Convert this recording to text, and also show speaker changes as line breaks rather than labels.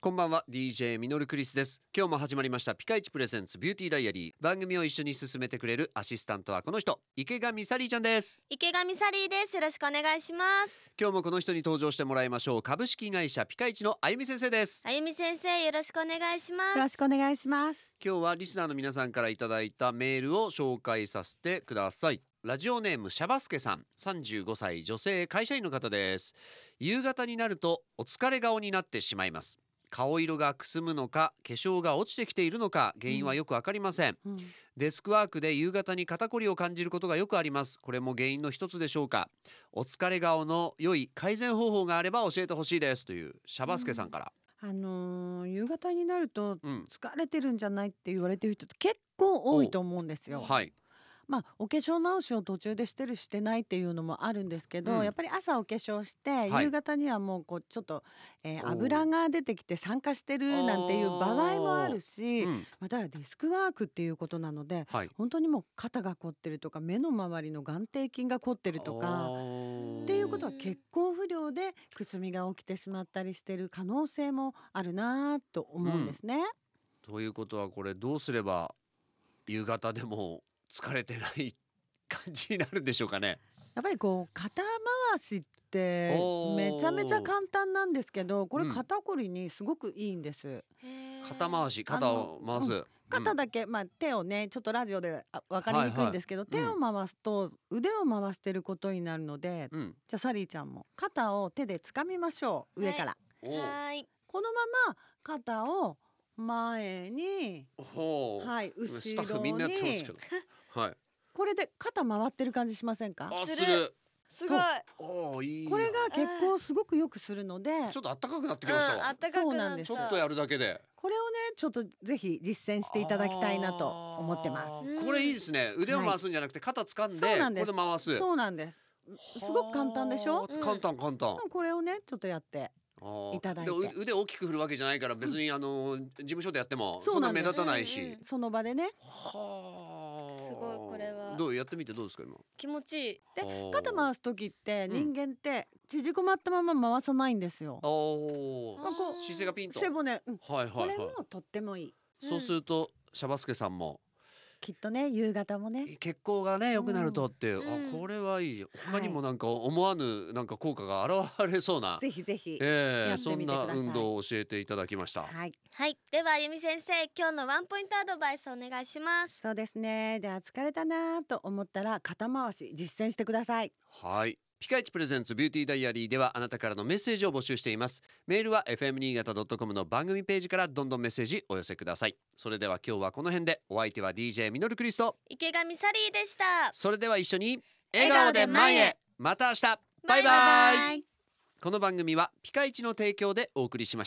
こんばんは DJ ミノルクリスです今日も始まりましたピカイチプレゼンツビューティーダイアリー番組を一緒に進めてくれるアシスタントはこの人池上サリーちゃんです
池上サリーですよろしくお願いします
今日もこの人に登場してもらいましょう株式会社ピカイチのあゆみ先生です
あゆみ先生よろしくお願いしま
よろ
す
しくお願いします。
今日はリスナーの皆さんからいただいたメールを紹介させてくださいラジオネームシャバスケさん35歳女性会社員の方です夕方になるとお疲れ顔になってしまいます顔色がくすむのか化粧が落ちてきているのか原因はよくわかりません、
うん
デスクワークで夕方に肩こりを感じることがよくありますこれも原因の一つでしょうかお疲れ顔の良い改善方法があれば教えてほしいですというシャバスケさんから、
あのー夕方になると
うん
疲れてるんじゃないって言われてる人って結構多いと思うんですよ。
はい
まあお化粧直しを途中でしてるしてないっていうのもあるんですけど、
うん
やっぱり朝お化粧して、
はい
夕方にはもうこうちょっと、えー
おー
油が出てきて酸化してるなんていう場合もあるし、
うん
まあ、だからデスクワークっていうことなので
はい
本当にもう肩が凝ってるとか目の周りの眼底筋が凝ってるとか。
っ
っていうことは血行不良でくすみが起きてしまったりしてる可能性もあるなぁと思うんですね。
ということはこれどうすれば夕方でも疲れてない感じになるんでしょうかね
やっぱりこう肩回しって
おー
めちゃめちゃ簡単なんですけどこ
う
れ
ん
肩こりにすごくいいんです。
肩回し肩を回す、
肩
だ、
だけ、まあ、手をねちょっとラジオであ分かりにくいんですけど、
はいはいうん
手を回すと腕を回してることになるので、
うん、
じゃあサリーちゃんも肩を手で掴みましょう上から。
おう
はい
このまま肩を前に
ほう、
はい、
スタ
後
ッフ
ろ
みん
に
なやってますけどはい
これで肩回ってる感じしませんか
あす
す
る
るすごい
おおいいな
これが血行をすごくよくするので
ちょっと暖かくなってき
うん
ました
あ
わ
っ、たか
そ
く
うな
なんっ
です
ちょ
よ
っとやるだけで
これをねちょっとぜひ実践していただきたいなと思ってま
あ
う
ー
ん
これいいですね腕を回すんじゃなくて肩掴んで,、
そうなんです
これで回
す
す
そうなんですすごく簡単でしょ
はあ
うん
簡単簡単、
これをねちょっとやって
あー
いただいて
でもう腕大きく振るわけじゃないから別に、あの事務所でやってもそ
そ
ん
う
な
なん
目
です
立たないし、
うんうん
その場でね
はあ
すごいこれは
どうやってみてどうですか今
気持ちいい
で
はあ
肩回す時って
うん
人間って縮こまったまま回さないんですよ、
おー
まあこう
姿勢がピンと
背骨、うん
はいは
こ
いは
れ
い
もとってもいい
そうするとシャバスケさんも
きっとね夕方もね
血行がね良くなるとって、
うん
あこれはいい他にも
は
なんか思わぬなんか効果が現れそうな、
ぜひぜひ
ええ
やって
そん
みてくだ
な
さい
運動を教えていただきました、
はい
はいではあゆみ先生今日のワンポイントアドバイスお願いします
そうですねじゃあ疲れたなと思ったら肩回し実践してください
はい。ピカイチプレゼンツビューティーダイアリーではあなたからのメッセージを募集しています。メールは fm 新潟 .com の番組ページからどんどんメッセージお寄せください。それでは今日はこの辺でお相手は DJ ミノルクリスト。
池上サリーでした
それでは一緒に笑
笑
顔
顔
で
で
前
前
へ
へ
また明日バイバイ
バイバイ
この番組はピカイチの提供でお送りしました。